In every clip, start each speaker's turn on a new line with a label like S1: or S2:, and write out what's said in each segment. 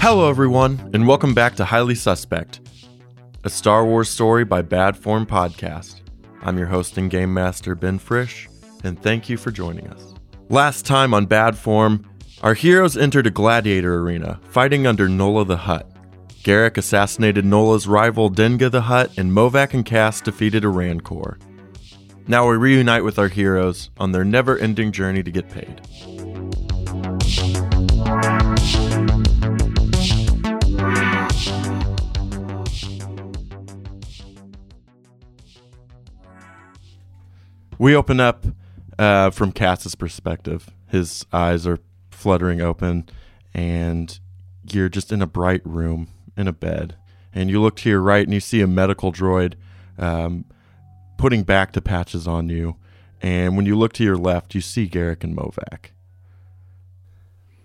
S1: Hello, everyone, and welcome back to Highly Suspect, a Star Wars story by Bad Form Podcast. I'm your host and game master, Ben Frisch, and thank you for joining us. Last time on Bad Form, our heroes entered a gladiator arena, fighting under Nola the Hutt. Garrick assassinated Nola's rival Denga the Hutt, and Movac and Cass defeated a Rancor. Now we reunite with our heroes on their never ending journey to get paid. We open up uh, from Cass's perspective. His eyes are fluttering open, and you're just in a bright room in a bed. And you look to your right, and you see a medical droid um, putting back to patches on you. And when you look to your left, you see Garrick and Movac.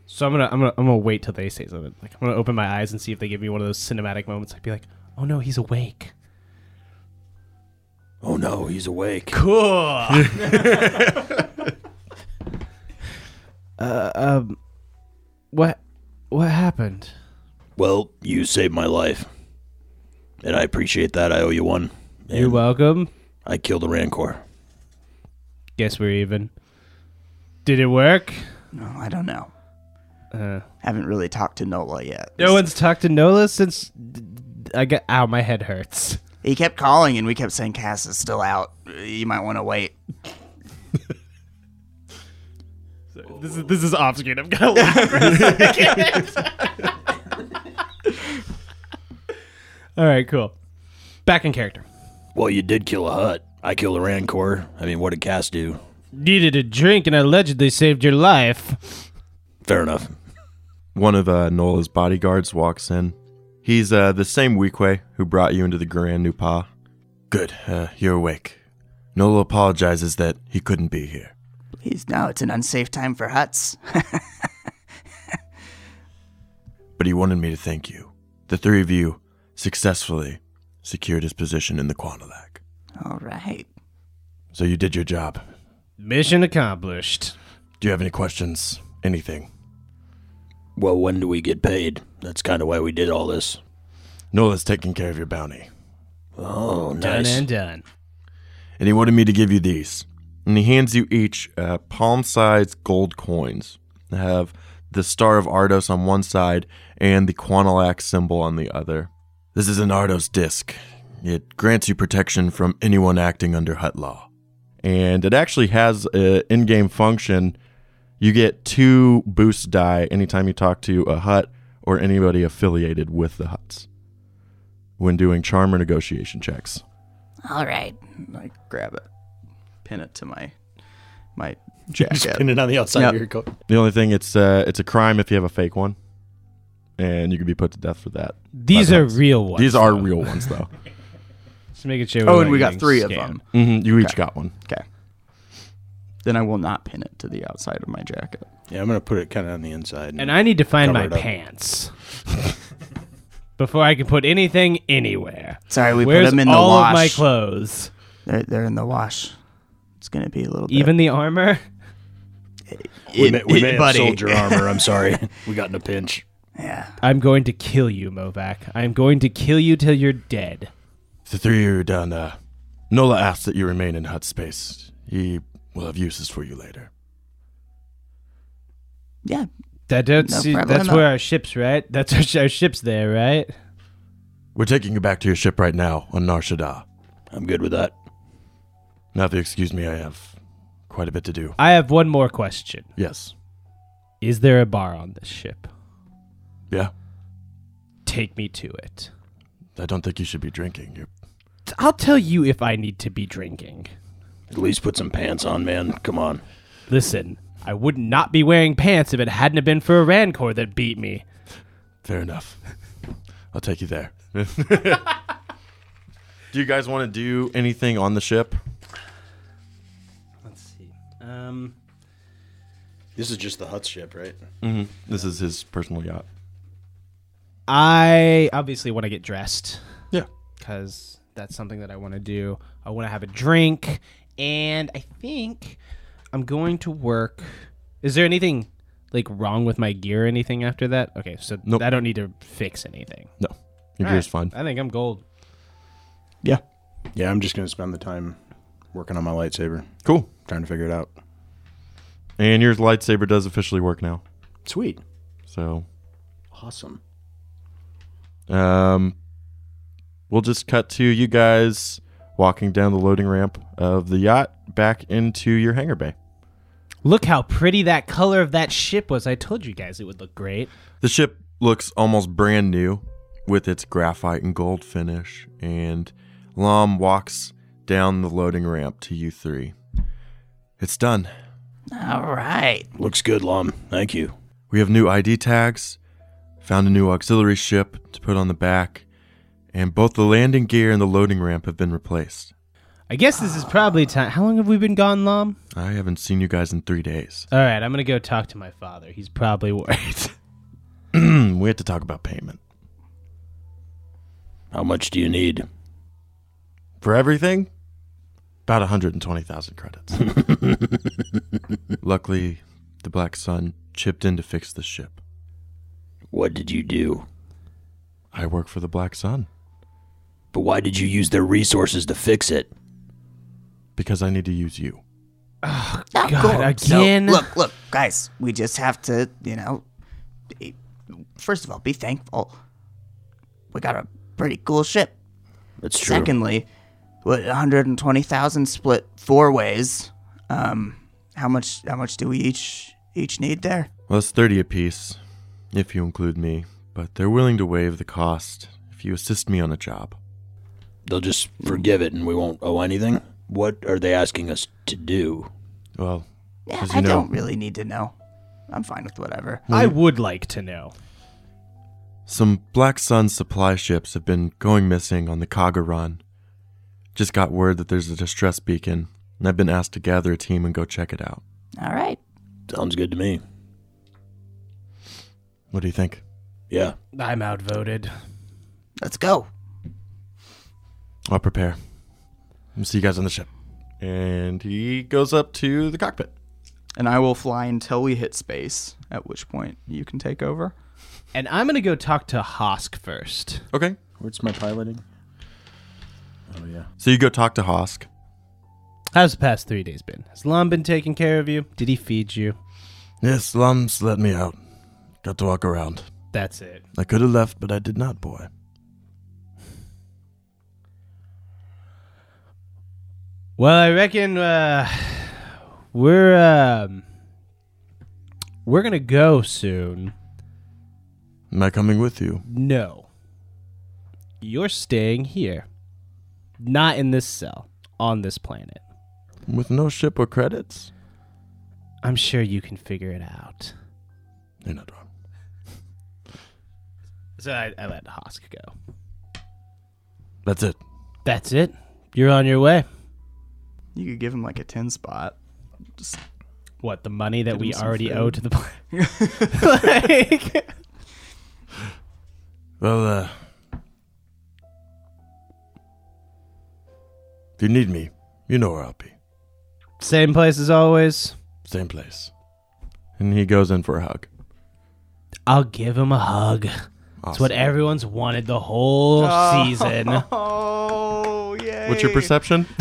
S2: So I'm gonna I'm gonna I'm gonna wait till they say something. Like I'm gonna open my eyes and see if they give me one of those cinematic moments. I'd be like, oh no, he's awake.
S3: Oh no, he's awake.
S2: Cool.
S4: Uh, um, what, what happened?
S3: Well, you saved my life. And I appreciate that. I owe you one. And
S2: You're welcome.
S3: I killed the Rancor.
S2: Guess we're even. Did it work?
S5: No, I don't know.
S2: Uh,
S5: Haven't really talked to Nola yet.
S2: no one's talked to Nola since d- d- I got. Ow, my head hurts.
S5: He kept calling, and we kept saying Cass is still out. You might want to wait.
S2: This is this is off screen. I'm gonna laugh for a second. All right, cool. Back in character.
S3: Well, you did kill a hut. I killed a Rancor. I mean, what did Cass do?
S2: Needed a drink and allegedly saved your life.
S3: Fair enough.
S1: One of uh, Nola's bodyguards walks in. He's uh, the same Weequay who brought you into the Grand Nupa. Good, uh, you're awake. Nola apologizes that he couldn't be here.
S5: Please, no, it's an unsafe time for huts.
S1: but he wanted me to thank you. The three of you successfully secured his position in the Quantilac.
S5: All right.
S1: So you did your job.
S2: Mission accomplished.
S1: Do you have any questions? Anything?
S3: Well, when do we get paid? That's kind of why we did all this.
S1: Nola's taking care of your bounty.
S3: Oh,
S2: Done
S3: nice.
S2: and done.
S1: And he wanted me to give you these. And he hands you each uh, palm sized gold coins that have the Star of Ardos on one side and the Quantilac symbol on the other. This is an Ardos disc. It grants you protection from anyone acting under Hut Law. And it actually has an in game function. You get two boost die anytime you talk to a Hut or anybody affiliated with the Huts when doing charm or negotiation checks.
S5: All right. I grab it, pin it to my my jacket.
S3: it on the outside
S5: Yep.
S3: your coat.
S1: The only thing it's uh, it's a crime if you have a fake one, and you could be put to death for that.
S2: These
S1: By
S2: are
S1: the Huts.
S2: real ones.
S1: These are real ones though.
S2: Just making sure.
S5: oh,
S2: we're
S5: and
S2: not
S5: we got
S2: getting
S5: three
S2: scammed.
S5: of them.
S2: Mm-hmm.
S1: hmm You each got one.
S5: Okay. Then I will not pin it to the outside of my jacket.
S3: Yeah, I'm going to put it kind of on the inside.
S2: And I need to find my
S3: Covered up.
S2: pants before I can put anything anywhere.
S5: Sorry, we
S2: Where's
S5: put them in the
S2: all
S5: wash.
S2: of my clothes?
S5: They're, they're in the wash. It's gonna be a little
S2: Even the armor?
S5: bit.
S3: we may, we may have
S5: buddy.
S3: sold your armor. I'm sorry. we got in a pinch.
S5: Yeah.
S2: I'm going to kill you, Movac. I'm going to kill you till you're dead.
S1: The three of you are done. Uh, Nola asks that you remain in hut space. He will have uses for you later.
S5: Yeah.
S2: That don't
S5: No
S2: see,
S5: problem.
S2: that's where our ship's, right? That's our, sh- our ship's there, right?
S1: We're taking you back to your ship right now on Nar Shaddaa.
S3: I'm good with that.
S1: Now, if you excuse me, I have quite a bit to do.
S2: I have one more question.
S1: Yes.
S2: Is there a bar on this ship?
S1: Yeah.
S2: Take me to it.
S1: I don't think you should be drinking. You're
S2: I'll tell you if I need to be drinking.
S3: At least put some pants on, man. Come on.
S2: Listen, I would not be wearing pants if it hadn't have been for a Rancor that beat me.
S1: fair enough. I'll take you there. do you guys want to do anything on the ship?
S2: Let's see. Um,
S3: This is just the hut ship, right?
S1: This is his personal yacht.
S2: I obviously want to get dressed
S1: Yeah.
S2: because that's something that I want to do. I want to have a drink, and I think I'm going to work. Is there anything like wrong with my gear or anything after that? Okay, so
S1: Nope.
S2: I don't need to fix anything.
S1: No, your
S2: All
S1: gear's fine.
S2: right. I think I'm gold.
S3: Yeah. Yeah, I'm just going to spend the time working on my lightsaber,
S1: Cool.
S3: trying to figure it out.
S1: And your lightsaber does officially work now.
S3: Sweet.
S1: So
S3: Awesome.
S1: Um, we'll just cut to you guys walking down the loading ramp of the yacht back into your hangar bay.
S2: Look how pretty that color of that ship was. I told you guys it would look great.
S1: The ship looks almost brand new with its graphite and gold finish, and Lom walks down the loading ramp to you three. It's done.
S5: All right.
S3: Looks good, Lom. Thank you.
S1: We have new ID tags, found a new auxiliary ship to put on the back, and both the landing gear and the loading ramp have been replaced.
S2: I guess this is probably time. How long have we been gone, Lom?
S1: I haven't seen you guys in three days.
S2: All right, I'm gonna go talk to my father. He's probably worried.
S1: we had to talk about payment.
S3: How much do you need?
S1: for everything about 120,000 credits. Luckily, the Black Sun chipped in to fix the ship.
S3: What did you do?
S1: I work for the Black Sun
S3: But why did you use their resources to fix it?
S1: because I need to use you.
S2: God, again.
S5: So, look, look, guys, we just have to, you know, be- first of all, be thankful. We got a pretty cool ship.
S3: That's
S5: Secondly, what 120,000 split four ways. Um, how much? How much do we each each need there?
S1: Well, it's 30 apiece if you include me, but they're willing to waive the cost if you assist me on a job.
S3: They'll just forgive it and we won't owe anything? What are they asking us to do?
S1: Well,
S5: Yeah,
S1: As you
S5: I
S1: know-
S5: don't really need to know. I'm fine with whatever.
S2: I would like to know.
S1: Some Black Sun supply ships have been going missing on the Kaga Run. Just got word that there's a distress beacon, and I've been asked to gather a team and go check it out.
S5: All right.
S3: Sounds good to me.
S1: What do you think?
S3: Yeah.
S2: I'm outvoted.
S5: Let's go.
S1: I'll prepare. I'll see you guys on the ship. And he goes up to the cockpit.
S5: And I will fly until we hit space, at which point you can take over.
S2: And I'm gonna go talk to Hosk first.
S1: Okay.
S3: Where's my piloting? Oh, yeah.
S1: So you go talk to Hosk.
S2: How's the past three days been? Has Lom been taking care of you? Did he feed you?
S1: Yes, Lums let me out. Got to walk around.
S2: That's it.
S1: I could have left, but I did not, boy.
S2: Well, I reckon uh, we're um, we're gonna go soon.
S1: Am I coming with you?
S2: No, you're staying here, not in this cell, on this planet.
S1: With no ship or credits?
S2: I'm sure you can figure it out.
S1: You're not wrong.
S2: So I, I let Hosk go.
S1: That's it.
S2: That's it. You're on your way.
S5: You could give him like a 10 spot. Just
S2: What the money that
S5: Give
S2: we
S5: him some
S2: already
S5: food.
S2: owe to the planet? like,
S1: Well, uh. If you need me, you know where I'll be.
S2: same place as always.
S1: Same place. And he goes in for a hug.
S2: I'll give him a hug. It's what
S1: Awesome.
S2: everyone's wanted the whole season.
S5: Oh, yeah.
S1: What's your perception?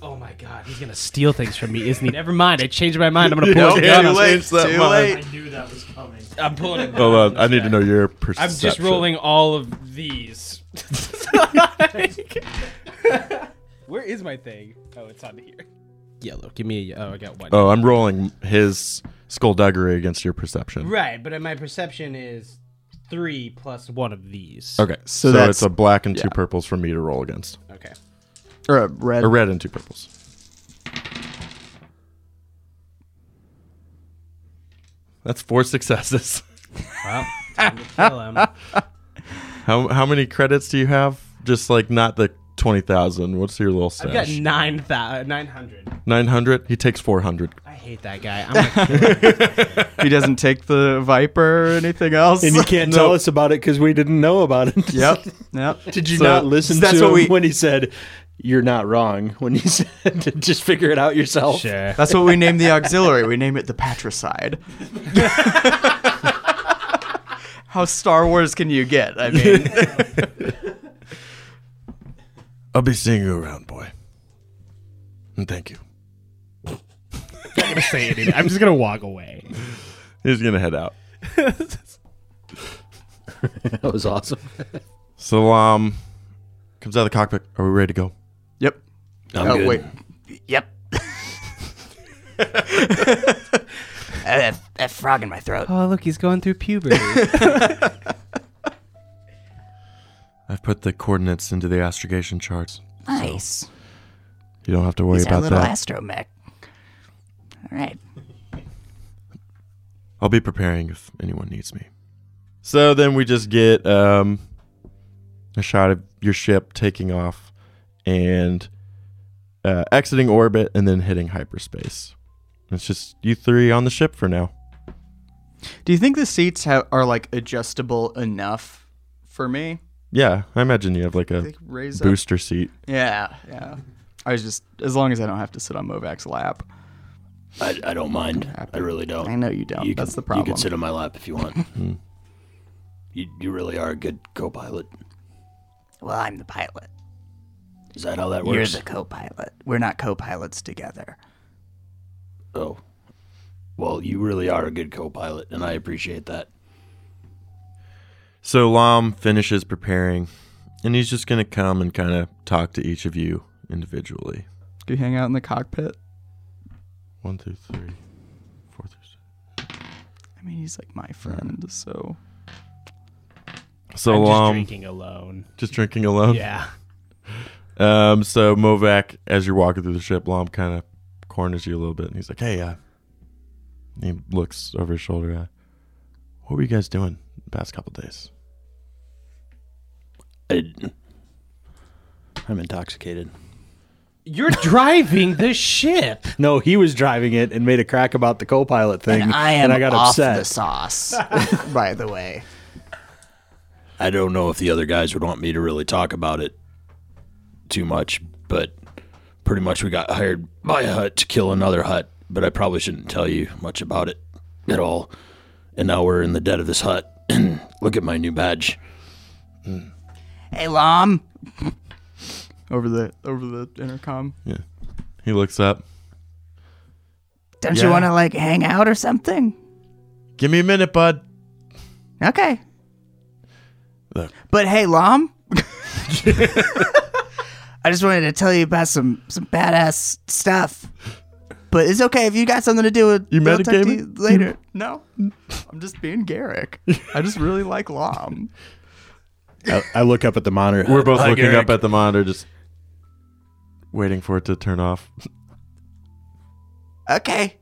S2: Oh my god, he's gonna steal things from me, isn't he? Never mind, I changed my mind. I'm gonna pull a gun.
S1: too
S2: on-
S1: late, too late.
S2: I knew that was coming. I'm pulling. A gun
S1: Hold on, Oh,
S2: this
S1: uh, I need to
S2: guy.
S1: know your perception.
S2: I'm just rolling all of these. Where is my thing? Oh, it's on here. Yellow. Give me. A, oh, I got one.
S1: Oh, I'm rolling his skullduggery against your perception.
S2: Right, but my perception is three plus one of these.
S1: Okay, so,
S5: that's-
S1: it's a black and two
S5: yeah.
S1: purples for me to roll against.
S2: Okay.
S5: Or a red.
S1: A red and two purples. That's four successes.
S2: Well, time to kill him.
S1: How how many credits do you have? Just like not the twenty thousand. What's your little
S2: I've got
S1: stash?
S2: nine thousand nine hundred.
S1: Nine hundred. He takes four hundred.
S2: I hate that guy. I'm gonna kill him.
S5: he doesn't take the Viper or anything else.
S6: And you can't tell us about it because we didn't know about it.
S5: yep. Yep.
S6: Did you
S5: So,
S6: not listen
S5: that's
S6: to
S5: what
S6: him
S5: we-
S6: when he said, you're not wrong when you said to just figure it out yourself.
S2: Sure.
S7: That's what we name the auxiliary. We name it the patricide. How Star Wars can you get? I mean,
S1: I'll be seeing you around, boy. And thank you.
S2: I'm not gonna say anything. I'm just gonna walk away.
S1: He's gonna head out.
S6: That was awesome.
S1: So um comes out of the cockpit. Are we ready to go?
S7: yep.
S3: I'm
S7: oh
S3: good.
S7: wait,
S5: Yep. I, I, frog in my throat.
S4: Oh, look, he's going through puberty.
S1: I've put the coordinates into the astrogation charts.
S5: Nice.
S1: You don't have to worry
S5: He's our
S1: about
S5: little
S1: that.
S5: astromech. All right.
S1: I'll be preparing if anyone needs me. So then we just get um, a shot of your ship taking off and uh, exiting orbit and then hitting hyperspace. It's just you three on the ship for now.
S7: do you think the seats ha- are like adjustable enough for me?
S1: Yeah, I imagine you have like a
S7: They raise up.
S1: booster seat.
S7: Yeah, yeah. I was just as long as I don't have to sit on Movac's lap.
S3: I, I don't mind. I really don't.
S7: I know you don't.
S3: You
S7: That's
S3: can,
S7: the problem. Hmm.
S3: You can sit on my lap if you want. you you really are a good co-pilot.
S5: Well, I'm the pilot.
S3: Is that how that
S5: You're
S3: works?
S5: the co-pilot. We're not co-pilots together.
S3: oh, well, you really are a good co-pilot, and I appreciate that.
S1: So Lam finishes preparing and he's just going to come and kind of talk to each of you individually.
S7: Do you hang out in the cockpit?
S1: One, two, three, four, three, six.
S7: I mean, he's like my friend, so
S1: So
S2: I'm just
S1: Lam just,
S2: drinking alone.
S1: drinking alone.
S2: Yeah.
S1: Um, so Movac, as you're walking through the ship, Lom kind of corners you a little bit, and he's like, "Hey, uh," he looks over his shoulder. Uh, what were you guys doing the past couple days?
S3: I, I'm intoxicated.
S2: You're driving the ship.
S6: No, he was driving it and made a crack about the co-pilot thing,
S5: And I am
S6: I got
S5: off
S6: upset.
S5: the sauce. by the way,
S3: I don't know if the other guys would want me to really talk about it too much, but pretty much we got hired by a hut to kill another hut, but I probably shouldn't tell you much about it at all. And now we're in the dead of this hut, and look at my new badge.
S5: hey, Lom.
S7: over the over the intercom.
S1: Yeah, he looks up.
S5: Don't
S1: Yeah.
S5: you want to like hang out or something?
S1: Give me a minute, bud.
S5: Okay.
S1: Look.
S5: But hey, Lom. I just wanted to tell you about some some badass stuff. But it's okay if you got something to do with.
S1: You
S5: I'll talk to
S1: metagaming?
S5: you later.
S7: No, I'm just being Garrick. I just really like Lom.
S6: I, I look up at the monitor.
S1: We're both
S6: Hi,
S1: looking
S6: Garrick.
S1: up at the monitor, just waiting for it to turn off.
S5: Okay.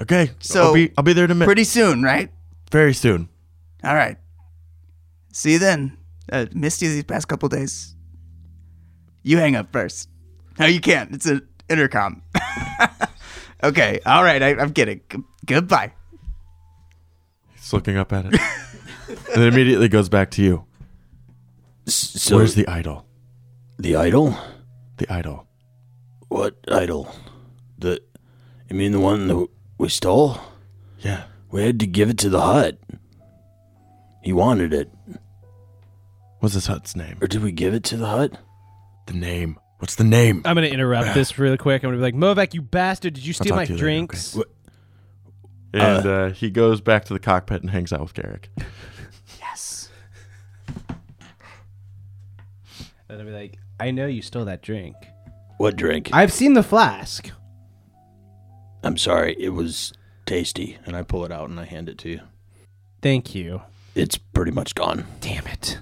S1: Okay,
S5: So,
S1: I'll be, I'll be there in a minute,
S5: Pretty soon, right?
S1: very soon.
S5: All right. See you then. Uh, missed you these past couple days. You hang up first. No, you can't. It's an intercom. okay. All right. I, I'm kidding. G- goodbye.
S1: He's looking up at it, and it immediately goes back to you.
S3: S- So
S1: Where's the idol?
S3: the idol?
S1: The idol.
S3: What idol? The you mean the one that we stole?
S1: Yeah.
S3: We had to give it to the hut. He wanted it,
S1: What's this hut's name?
S3: or did we give it to the hut?
S1: The name. What's the name?
S2: I'm gonna interrupt this real quick. I'm gonna be like, Movac, you bastard! Did you steal
S1: talk
S2: my
S1: to you later,
S2: drinks?
S1: okay? and uh, he goes back to the cockpit and hangs out with Garrick.
S2: And I'll be like, I know you stole that drink.
S3: What drink?
S2: I've seen the flask.
S3: I'm sorry, it was tasty. And I pull it out and I hand it to you.
S2: Thank you.
S3: It's pretty much gone.
S2: Damn it.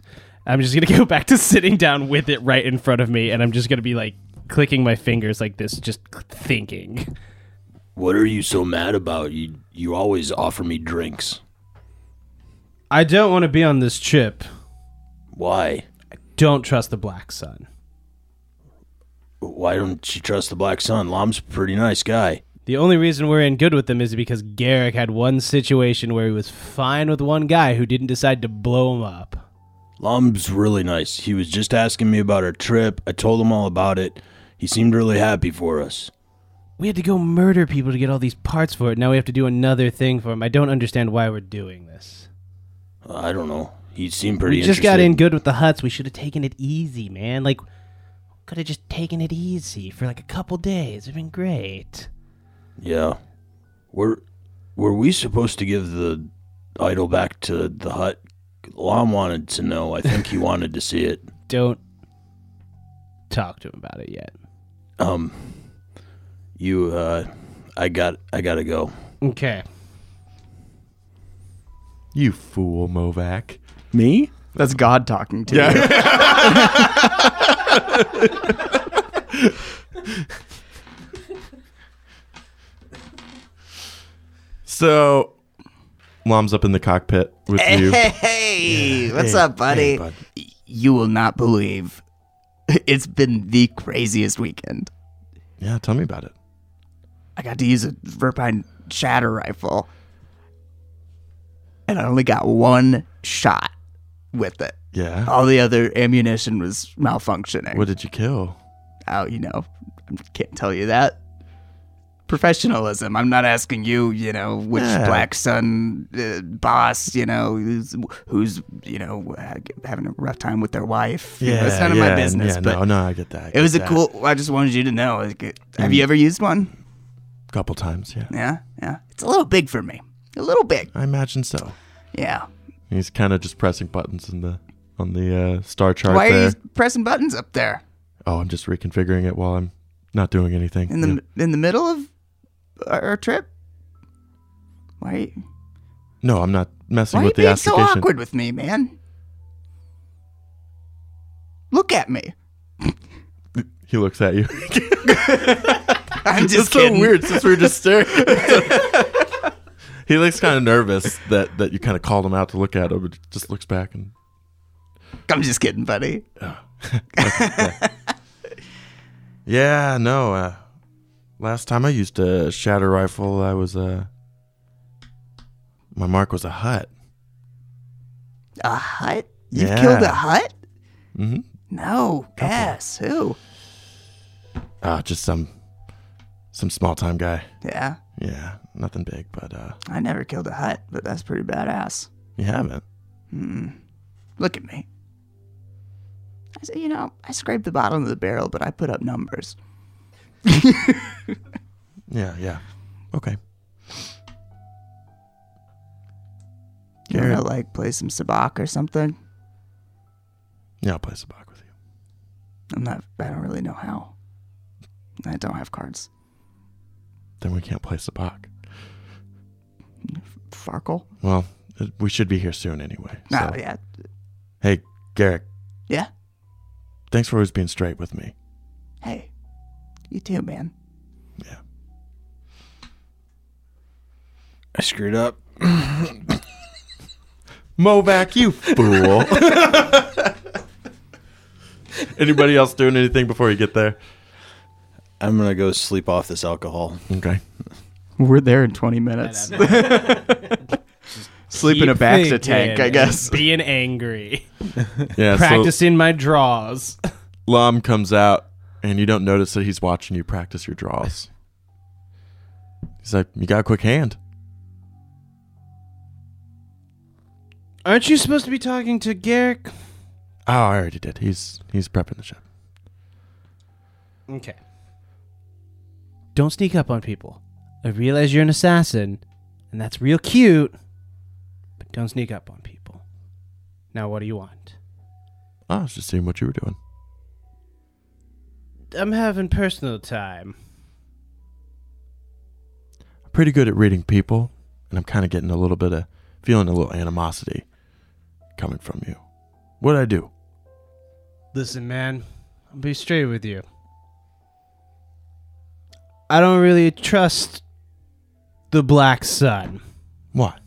S2: I'm just gonna go back to sitting down with it right in front of me, and I'm just gonna be like clicking my fingers like this, just thinking.
S3: What are you so mad about? You you always offer me drinks.
S2: I don't want to be on this chip.
S3: Why?
S2: Don't trust the Black Sun.
S3: Why don't you trust the Black Sun? Lom's a pretty nice guy.
S2: The only reason we're in good with them is because Garrick had one situation where he was fine with one guy who didn't decide to blow him up.
S3: Lom's really nice. He was just asking me about our trip. I told him all about it. He seemed really happy for us.
S2: We had to go murder people to get all these parts for it. Now we have to do another thing for him. I don't understand why we're doing this.
S3: I don't know. He seemed pretty
S2: we just got in
S3: interested.
S2: good with the huts. We should have taken it easy, man. Like, could have just taken it easy for like a couple days. It'd been great.
S3: Yeah. Were were we supposed to give the idol back to the hut? Lom wanted to know. I think he wanted to see it.
S2: Don't talk to him about it yet.
S3: Um you uh I got I gotta go.
S2: Okay.
S1: You fool, Movac.
S6: Me?
S7: That's God talking to you.
S1: So, Lom's up in the cockpit with you.
S5: Hey, what's up, buddy? Y- You will not believe. It's been the craziest weekend.
S1: Yeah, tell me about it.
S5: I got to use a Verpine shatter rifle, and I only got one shot with it.
S1: Yeah.
S5: All the other ammunition was malfunctioning.
S1: What did you kill?
S5: Oh, you know, I can't tell you that. Professionalism. I'm not asking you, you know, which
S1: Yeah.
S5: Black Sun uh, boss, you know, who's, who's, you know, ha- having a rough time with their wife. You know, it's none of my business,
S1: yeah,
S5: but
S1: no, no, I get that. I
S5: it
S1: get
S5: was a
S1: that.
S5: cool. I just wanted you to know. like, it- have
S1: Mm.
S5: you ever used one?
S1: couple times. Yeah,
S5: Yeah, yeah. It's a little big for me. A little big.
S1: I imagine so.
S5: Yeah.
S1: He's kind of just pressing buttons in the on the uh, star chart
S5: Why
S1: there.
S5: are you pressing buttons up there
S1: Oh, I'm just reconfiguring it while I'm not doing anything.
S5: in the in the middle of our, our trip? Why? are you-
S1: No, I'm not messing
S5: Why are you
S1: with the
S5: being so
S1: application.
S5: awkward with me, man? Look at me.
S1: He looks at you.
S5: I'm just
S1: it's so
S5: kidding.
S1: weird since we we're just staring. he looks kind of nervous that that you kind of called him out to look at him, but just looks back and
S5: I'm just kidding, buddy.
S1: yeah, no. Uh, last time I used a shatter rifle, I was uh, my mark was a hut.
S5: A hut? You
S1: Yeah.
S5: killed a hut?
S1: Mm-hmm.
S5: No. Yes. Who?
S1: Uh, just some some small time guy.
S5: Yeah.
S1: Yeah, nothing big, but uh,
S5: I never killed a hut, but that's pretty badass.
S1: you haven't.
S5: Look at me. I said, you know, I scraped the bottom of the barrel, but I put up numbers.
S1: Yeah, yeah. Okay.
S5: You wanna like play some sabacc or something?
S1: Yeah, I'll play sabacc with you.
S5: I'm not. I don't really know how. I don't have cards.
S1: Then we can't play sabacc.
S5: Farkle?
S1: Well, uh, we should be here soon anyway. So.
S5: No. yeah.
S1: Hey, Garrick,
S5: Yeah.
S1: thanks for always being straight with me.
S5: Hey, you too, man.
S3: I screwed up.
S1: Movac, you fool. Anybody else doing anything before you get there?
S3: I'm gonna go sleep off this alcohol.
S1: Okay.
S7: We're there in 20 minutes. Sleep in a Baxa tank, I guess.
S2: Being angry.
S1: Yeah, so
S2: Practicing my draws.
S1: Lum comes out and you don't notice that he's watching you practice your draws. He's like, You got a quick hand.
S2: Aren't you supposed to be talking to Garrick?
S1: Oh, I already did. He's he's prepping the ship.
S2: Okay. Don't sneak up on people. I realize you're an assassin, and that's real cute, but don't sneak up on people. Now, what do you want?
S1: "Oh, I was just seeing what you were doing.
S2: I'm having personal time.
S1: I'm pretty good at reading people, and I'm kind of getting a little bit of feeling a little animosity coming from you. What'd I do?
S2: Listen, man, I'll be straight with you. I don't really trust the Black Sun.
S1: What?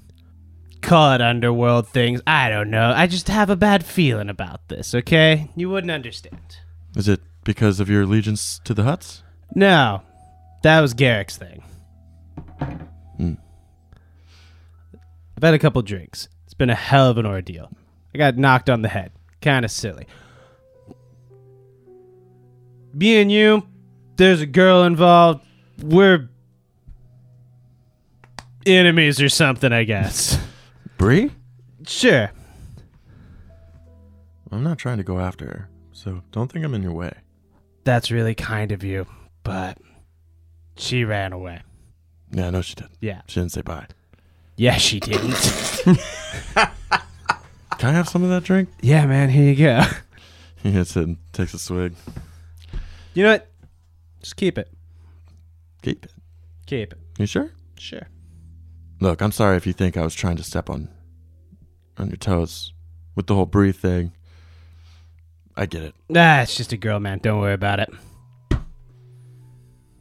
S2: Call it underworld things. I don't know. I just have a bad feeling about this, okay? You wouldn't understand.
S1: Is it because of your allegiance to the huts?
S2: No, that was Garrick's thing.
S1: Hmm.
S2: I've had a couple drinks. It's been a hell of an ordeal. I got knocked on the head. Kind of silly. Me and you, there's a girl involved. We're enemies or something, I guess.
S1: Bree?
S2: sure.
S1: I'm not trying to go after her, so don't think I'm in your way.
S2: That's really kind of you, but she ran away.
S1: Yeah, I know she did.
S2: Yeah.
S1: She didn't say bye.
S2: Yeah, she didn't.
S1: Can I have some of that drink?
S2: yeah, man, here you go.
S1: He hits it and takes a swig.
S2: You know what? Just keep it.
S1: Keep it.
S2: Keep it.
S1: You sure?
S2: Sure.
S1: Look, I'm sorry if you think I was trying to step on on your toes with the whole Bree thing. I get it.
S2: Nah, it's just a girl, man. Don't worry about it.
S1: But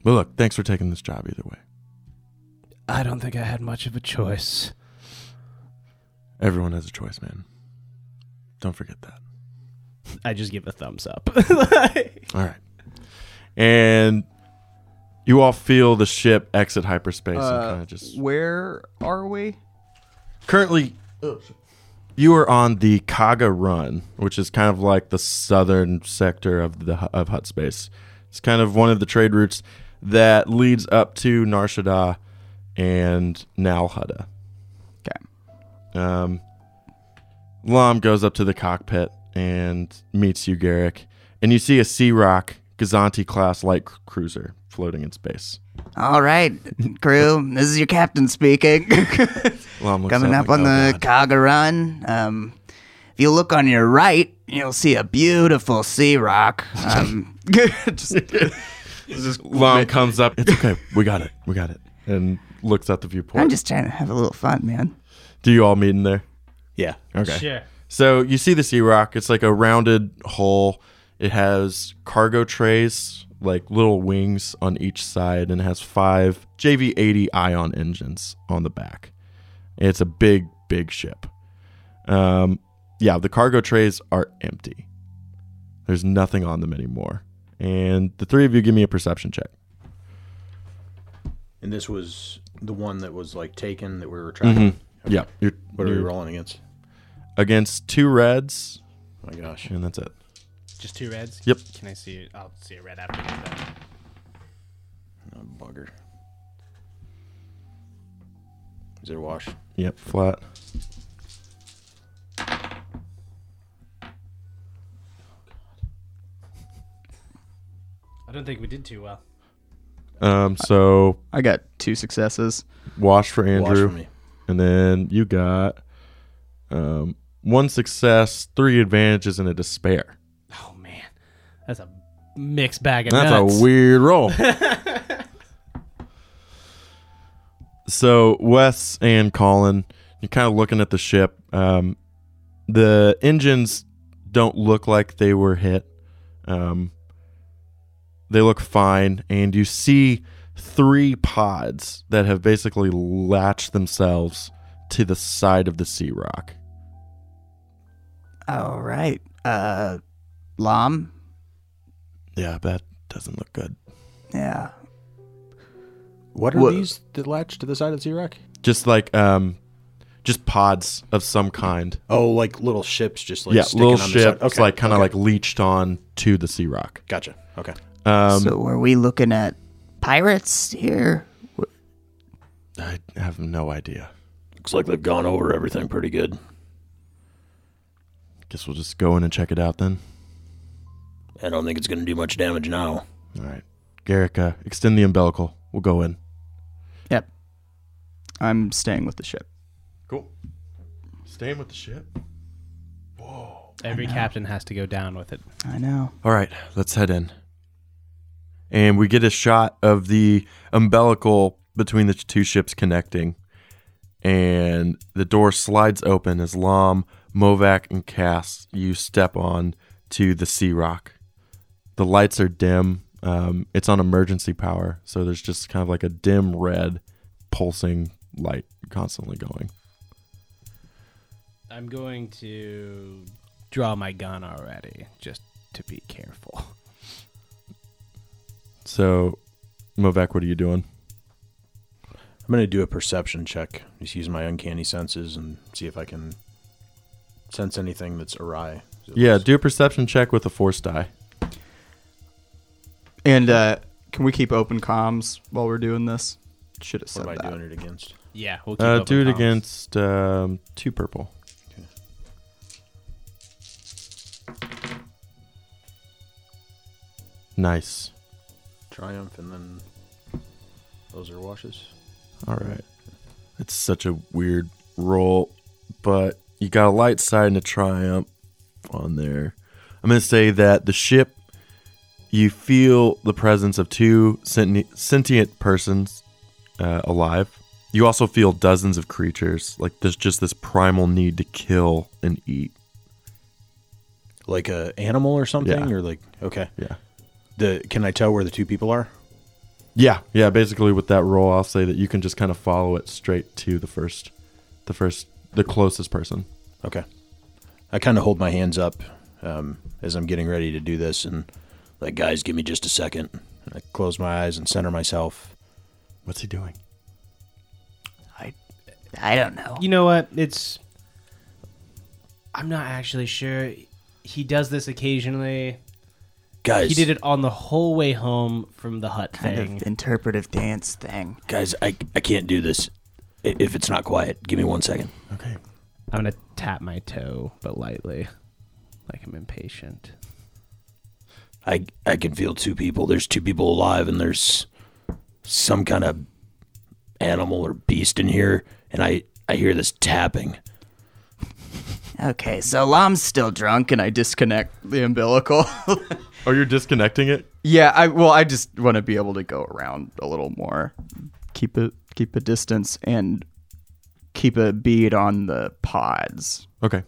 S1: look, thanks for taking this job either way.
S2: I don't think I had much of a choice.
S1: Everyone has a choice, man. Don't forget that.
S2: I just give a thumbs up.
S1: All right. And you all feel the ship exit hyperspace and kind of just
S7: Uh, Where are we?
S1: currently you are on the Kaga Run, which is kind of like the southern sector of the hu- of Hut Space. It's kind of one of the trade routes that leads up to Narshada and now Hutta. Um, Lom goes up to the cockpit and meets you, Garrick, and you see a Sea Rock Gazanti class light cr- cruiser floating in space.
S5: All right, crew. This is your captain speaking.
S1: Lom looks
S5: Coming
S1: up,
S5: up
S1: like,
S5: on
S1: "Oh,
S5: the
S1: God."
S5: Kagaran. Um, if you look on your right, you'll see a beautiful sea rock. Um,
S1: Lom comes up. It's okay. We got it. We got it. And looks at the viewport.
S5: I'm just trying to have a little fun, man.
S1: Do you all meet in there?
S3: Yeah.
S1: Okay.
S2: sure.
S1: So you see the Sea Rock. It's like a rounded hull. It has cargo trays, like little wings on each side, and it has five JV-80 ion engines on the back. It's a big, big ship. Um, yeah, the cargo trays are empty. There's nothing on them anymore. And the three of you give me a perception check.
S3: And this was the one that was like taken that we were tracking.
S1: Mm-hmm. Yeah, you're,
S3: What are we
S1: you're
S3: rolling against?
S1: against two reds,
S3: Oh my gosh.
S1: and that's it.
S2: Just two reds.
S1: Yep.
S2: Can I see it? I'll see it right after. that.
S3: Oh, bugger. Is it a wash?
S1: Yep, flat.
S2: I don't think we did too well.
S1: Um, so
S7: I got two successes.
S1: wash for Andrew.
S3: Wash for me.
S1: And then you got um, one success, three advantages, and a despair.
S2: Oh man, that's a mixed bag of
S1: That's
S2: nuts.
S1: a weird roll. so Wes and Colin, you're kind of looking at the ship. Um, the engines don't look like they were hit. Um, they look fine, and you see three pods that have basically latched themselves to the side of the sea rock.
S5: All right. Uh, Lom.
S1: Yeah, that doesn't look good.
S5: Yeah.
S3: What are
S5: What-
S3: these that latch to the side of the sea rock?
S1: Just like um, just pods of some kind.
S3: Oh, like little ships, just like
S1: yeah,
S3: sticking
S1: little
S3: on the side.
S1: ship. It's like kind of like leached on to the sea rock.
S3: Gotcha. Okay.
S1: Um,
S5: so are we looking at pirates here?
S1: I have no idea.
S3: Looks like they've gone over everything pretty good.
S1: Guess we'll just go in and check it out then.
S3: I don't think it's going to do much damage now.
S1: All right, Garrick, uh, extend the umbilical. We'll go in.
S7: Yep. I'm staying with the ship.
S1: Cool. Staying with the ship.
S2: Every captain has to go down with it.
S5: I know.
S1: All right, let's head in. And we get a shot of the umbilical between the two ships connecting. And the door slides open as Lom, Movac, and Cass you step on to the Sea Rock. The lights are dim. Um, it's on emergency power, so there's just kind of like a dim red pulsing light constantly going.
S2: I'm going to draw my gun already, just to be careful.
S1: So, Movac, what are you doing?
S3: I'm going to do a perception check. Just use my uncanny senses and see if I can sense anything that's awry.
S1: Yeah, do a perception check with a force die.
S7: And uh, Can we keep open comms while we're doing this? Should have said
S3: What am I
S7: that.
S3: doing it against?
S2: Yeah, we'll keep
S1: Uh,
S2: open
S1: do it
S2: comms.
S1: against um, two purple. Nice.
S3: Triumph and then those are washes.
S1: All right. It's such a weird roll, but you got a light side and a triumph on there. I'm going to say that the ship, you feel the presence of two senti- sentient persons uh, alive. You also feel dozens of creatures. Like there's just this primal need to kill and eat.
S3: Like a animal or something,
S1: Yeah.
S3: or like okay.
S1: Yeah.
S3: The can I tell where the two people are?
S1: Yeah, yeah. Basically, with that roll, I'll say that you can just kind of follow it straight to the first, the first, the closest person.
S3: Okay. I kind of hold my hands up um, as I'm getting ready to do this, and like, guys, give me just a second. And I close my eyes and center myself.
S1: What's he doing?
S5: I don't know.
S2: You know what? It's. I'm not actually sure. He does this occasionally.
S3: Guys,
S2: He did it on the whole way home from the hut
S5: Kind
S2: thing.
S5: of interpretive dance thing.
S3: guys, I I can't do this i- if it's not quiet. Give me one second.
S1: Okay.
S2: I'm gonna tap my toe, but lightly, like I'm impatient.
S3: I I can feel two people. There's two people alive, and there's some kind of animal or beast in here, and I I hear this tapping.
S5: Okay, so Lom's still drunk,
S7: Can I disconnect the umbilical?
S1: Oh, you're disconnecting it.
S7: yeah, I well, I just want to be able to go around a little more, keep a keep a distance, and keep a bead on the pods.
S1: Okay.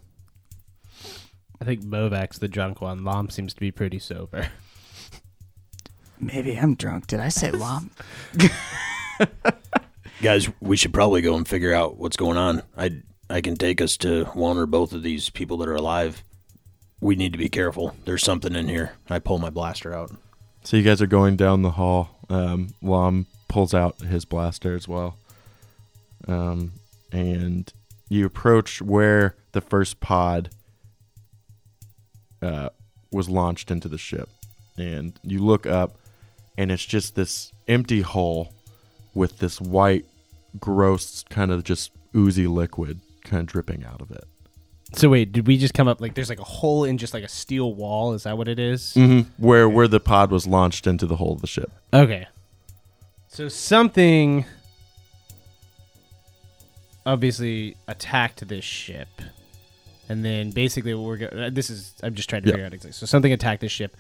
S2: I think Movak's the drunk one. Lom seems to be pretty sober.
S5: maybe I'm drunk. Did I say Lom?
S3: Guys, we should probably go and figure out what's going on. I I can take us to one or both of these people that are alive. We need to be careful. There's something in here. I pull my blaster out.
S1: So you guys are going down the hall. Um, Lom pulls out his blaster as well, um, and you approach where the first pod uh, was launched into the ship, and you look up, and it's just this empty hole with this white, gross kind of just oozy liquid kind of dripping out of it.
S2: So wait, did we just come up like there's like a hole in just like a steel wall? Is that what it is?
S1: Where where the pod was launched into the hull of the ship.
S2: Okay. So something obviously attacked this ship. And then basically what we're going this is I'm just trying to
S1: Yeah.
S2: figure out exactly. So something attacked this ship.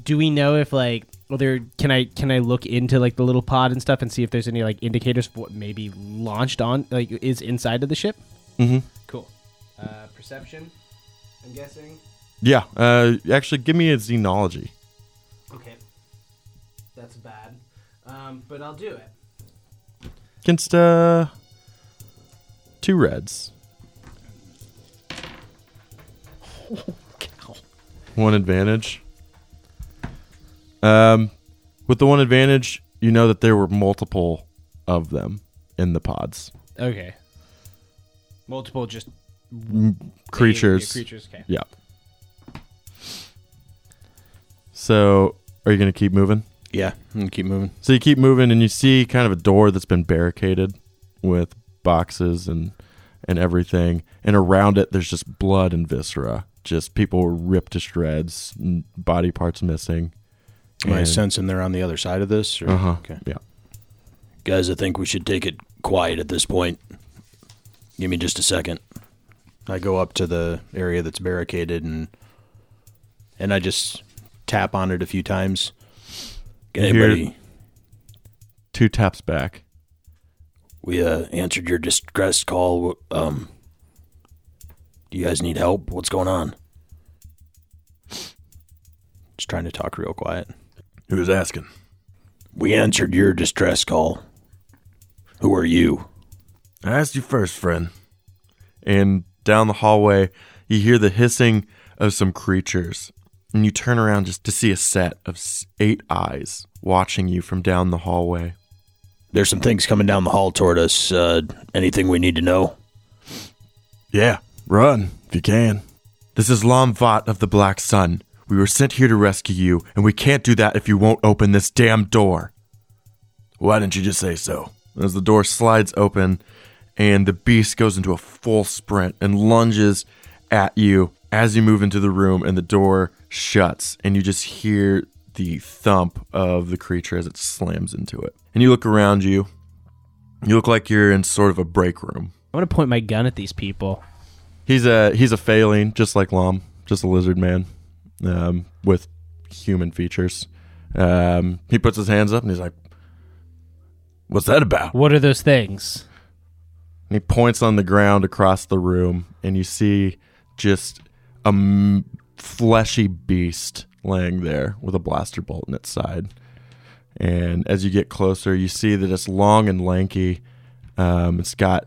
S2: Do we know if like well there can I can I look into like the little pod and stuff and see if there's any like indicators of what maybe launched on like is inside of the ship?
S1: Mhm.
S2: Cool. Uh, perception, I'm guessing.
S1: Yeah. Uh, actually, give me a xenology.
S2: Okay. That's bad. Um, but I'll do it.
S1: against uh two reds. One advantage. Um, with the one advantage, you know that there were multiple of them in the pods.
S2: Okay. Multiple just
S1: Creatures.
S2: creatures. Okay.
S1: Yeah. So, are you going to keep moving?
S3: Yeah, and keep moving.
S1: So you keep moving and you see kind of a door that's been barricaded with boxes and and everything. And around it there's just blood and viscera. Just people were ripped to shreds, n- body parts missing.
S3: Am I
S1: And-
S3: sensing they're on the other side of this? Or?
S1: Uh-huh.
S3: Okay.
S1: Yeah.
S3: Guys, I think we should take it quiet at this point. Give me just a second. I go up to the area that's barricaded and and I just tap on it a few times. Can
S1: You hear-
S3: anybody
S1: Two taps back.
S3: We uh, answered your distress call. Um, do you guys need help? What's going on? Just trying to talk real quiet.
S1: Who's asking?
S3: We answered your distress call. Who are you?
S1: I asked you first, friend. And down the hallway, you hear the hissing of some creatures. And you turn around just to see a set of s- eight eyes watching you from down the hallway.
S3: There's some things coming down the hall toward us. Uh, anything we need to know?
S1: Yeah, run if you can. This is Lomvat of the Black Sun. We were sent here to rescue you, and we can't do that if you won't open this damn door. Why didn't you just say so? As the door slides open, and the beast goes into a full sprint and lunges at you as you move into the room, and the door shuts, and you just hear the thump of the creature as it slams into it. And you look around you. You look like you're in sort of a break room.
S2: I'm gonna point my gun at these people.
S1: He's a he's a failing, just like Lom, just a lizard man, um, with human features. Um, he puts his hands up and he's like, "What's that about?"
S2: What are those things?
S1: And he points on the ground across the room, and you see just a m- fleshy beast laying there with a blaster bolt in its side. And as you get closer, you see that it's long and lanky. Um, it's got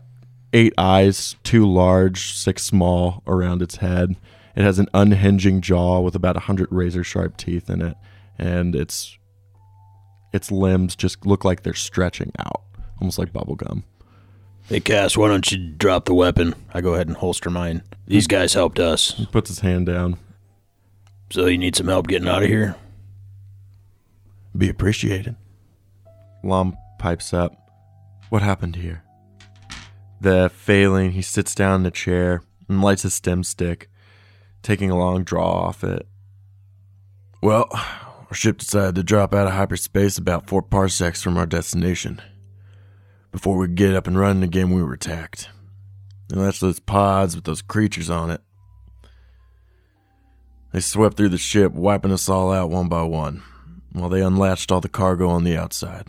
S1: eight eyes, two large, six small around its head. It has an unhinging jaw with about 100 razor sharp teeth in it. And its, its limbs just look like they're stretching out, almost like bubblegum.
S3: Hey, Cass, why don't you drop the weapon? I go ahead and holster mine. These guys helped us,
S1: Puts his hand down.
S3: so you need some help getting out of here?
S1: be appreciated. Lom pipes up. What happened here? The failing, he sits down in a chair and lights his stem stick, taking a long draw off it. Well, our ship decided to drop out of hyperspace about four parsecs from our destination. Before we could get up and running again, we were attacked. And that's those pods with those creatures on it. They swept through the ship, wiping us all out one by one while they unlatched all the cargo on the outside.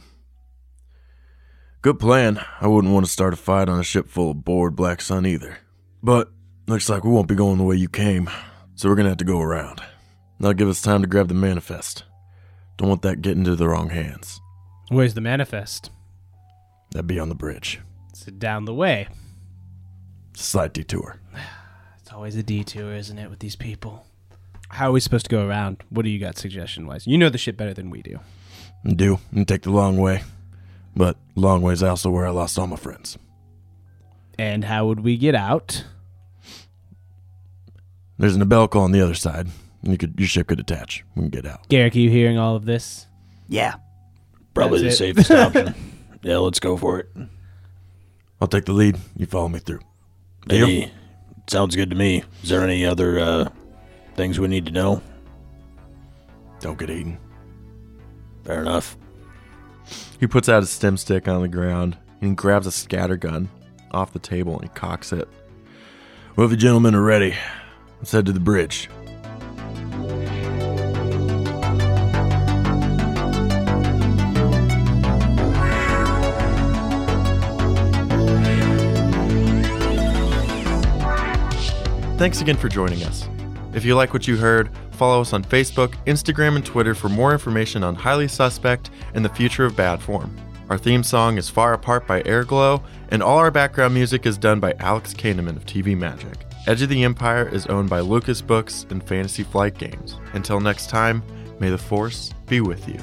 S1: Good plan. I wouldn't want to start a fight on a ship full of bored Black Sun either. But looks like we won't be going the way you came, so we're gonna have to go around. That'll give us time to grab the manifest. Don't want that getting into the wrong hands.
S2: Where's the manifest?
S1: That'd be on the bridge.
S2: It's down the way.
S1: Slight detour.
S2: It's always a detour, isn't it, with these people? How are we supposed to go around? What do you got suggestion wise? You know the shit better than we do.
S1: And do and take the long way. But long way's also where I lost all my friends.
S2: And how would we get out?
S1: There's an Abelco on the other side. You could your ship could attach. We can get out.
S2: Garrick, are you hearing all of this?
S5: Yeah.
S3: Probably
S2: That's
S3: the safest option. Yeah, let's go for it.
S1: I'll take the lead. You follow me through. Deal?
S3: Hey, sounds good to me. Is there any other uh, things we need to know?
S1: Don't get eaten.
S3: Fair enough.
S1: He puts out his stem stick on the ground and he grabs a scatter gun off the table and cocks it. Well, if you gentlemen are ready, let's head to the bridge. Thanks again for joining us. If you like what you heard, follow us on Facebook, Instagram, and Twitter for more information on Highly Suspect and the future of bad form. Our theme song is Far Apart by Airglow, and all our background music is done by Alex Kahneman of TV Magic. Edge of the Empire is owned by Lucas Books and Fantasy Flight Games. Until next time, may the Force be with you.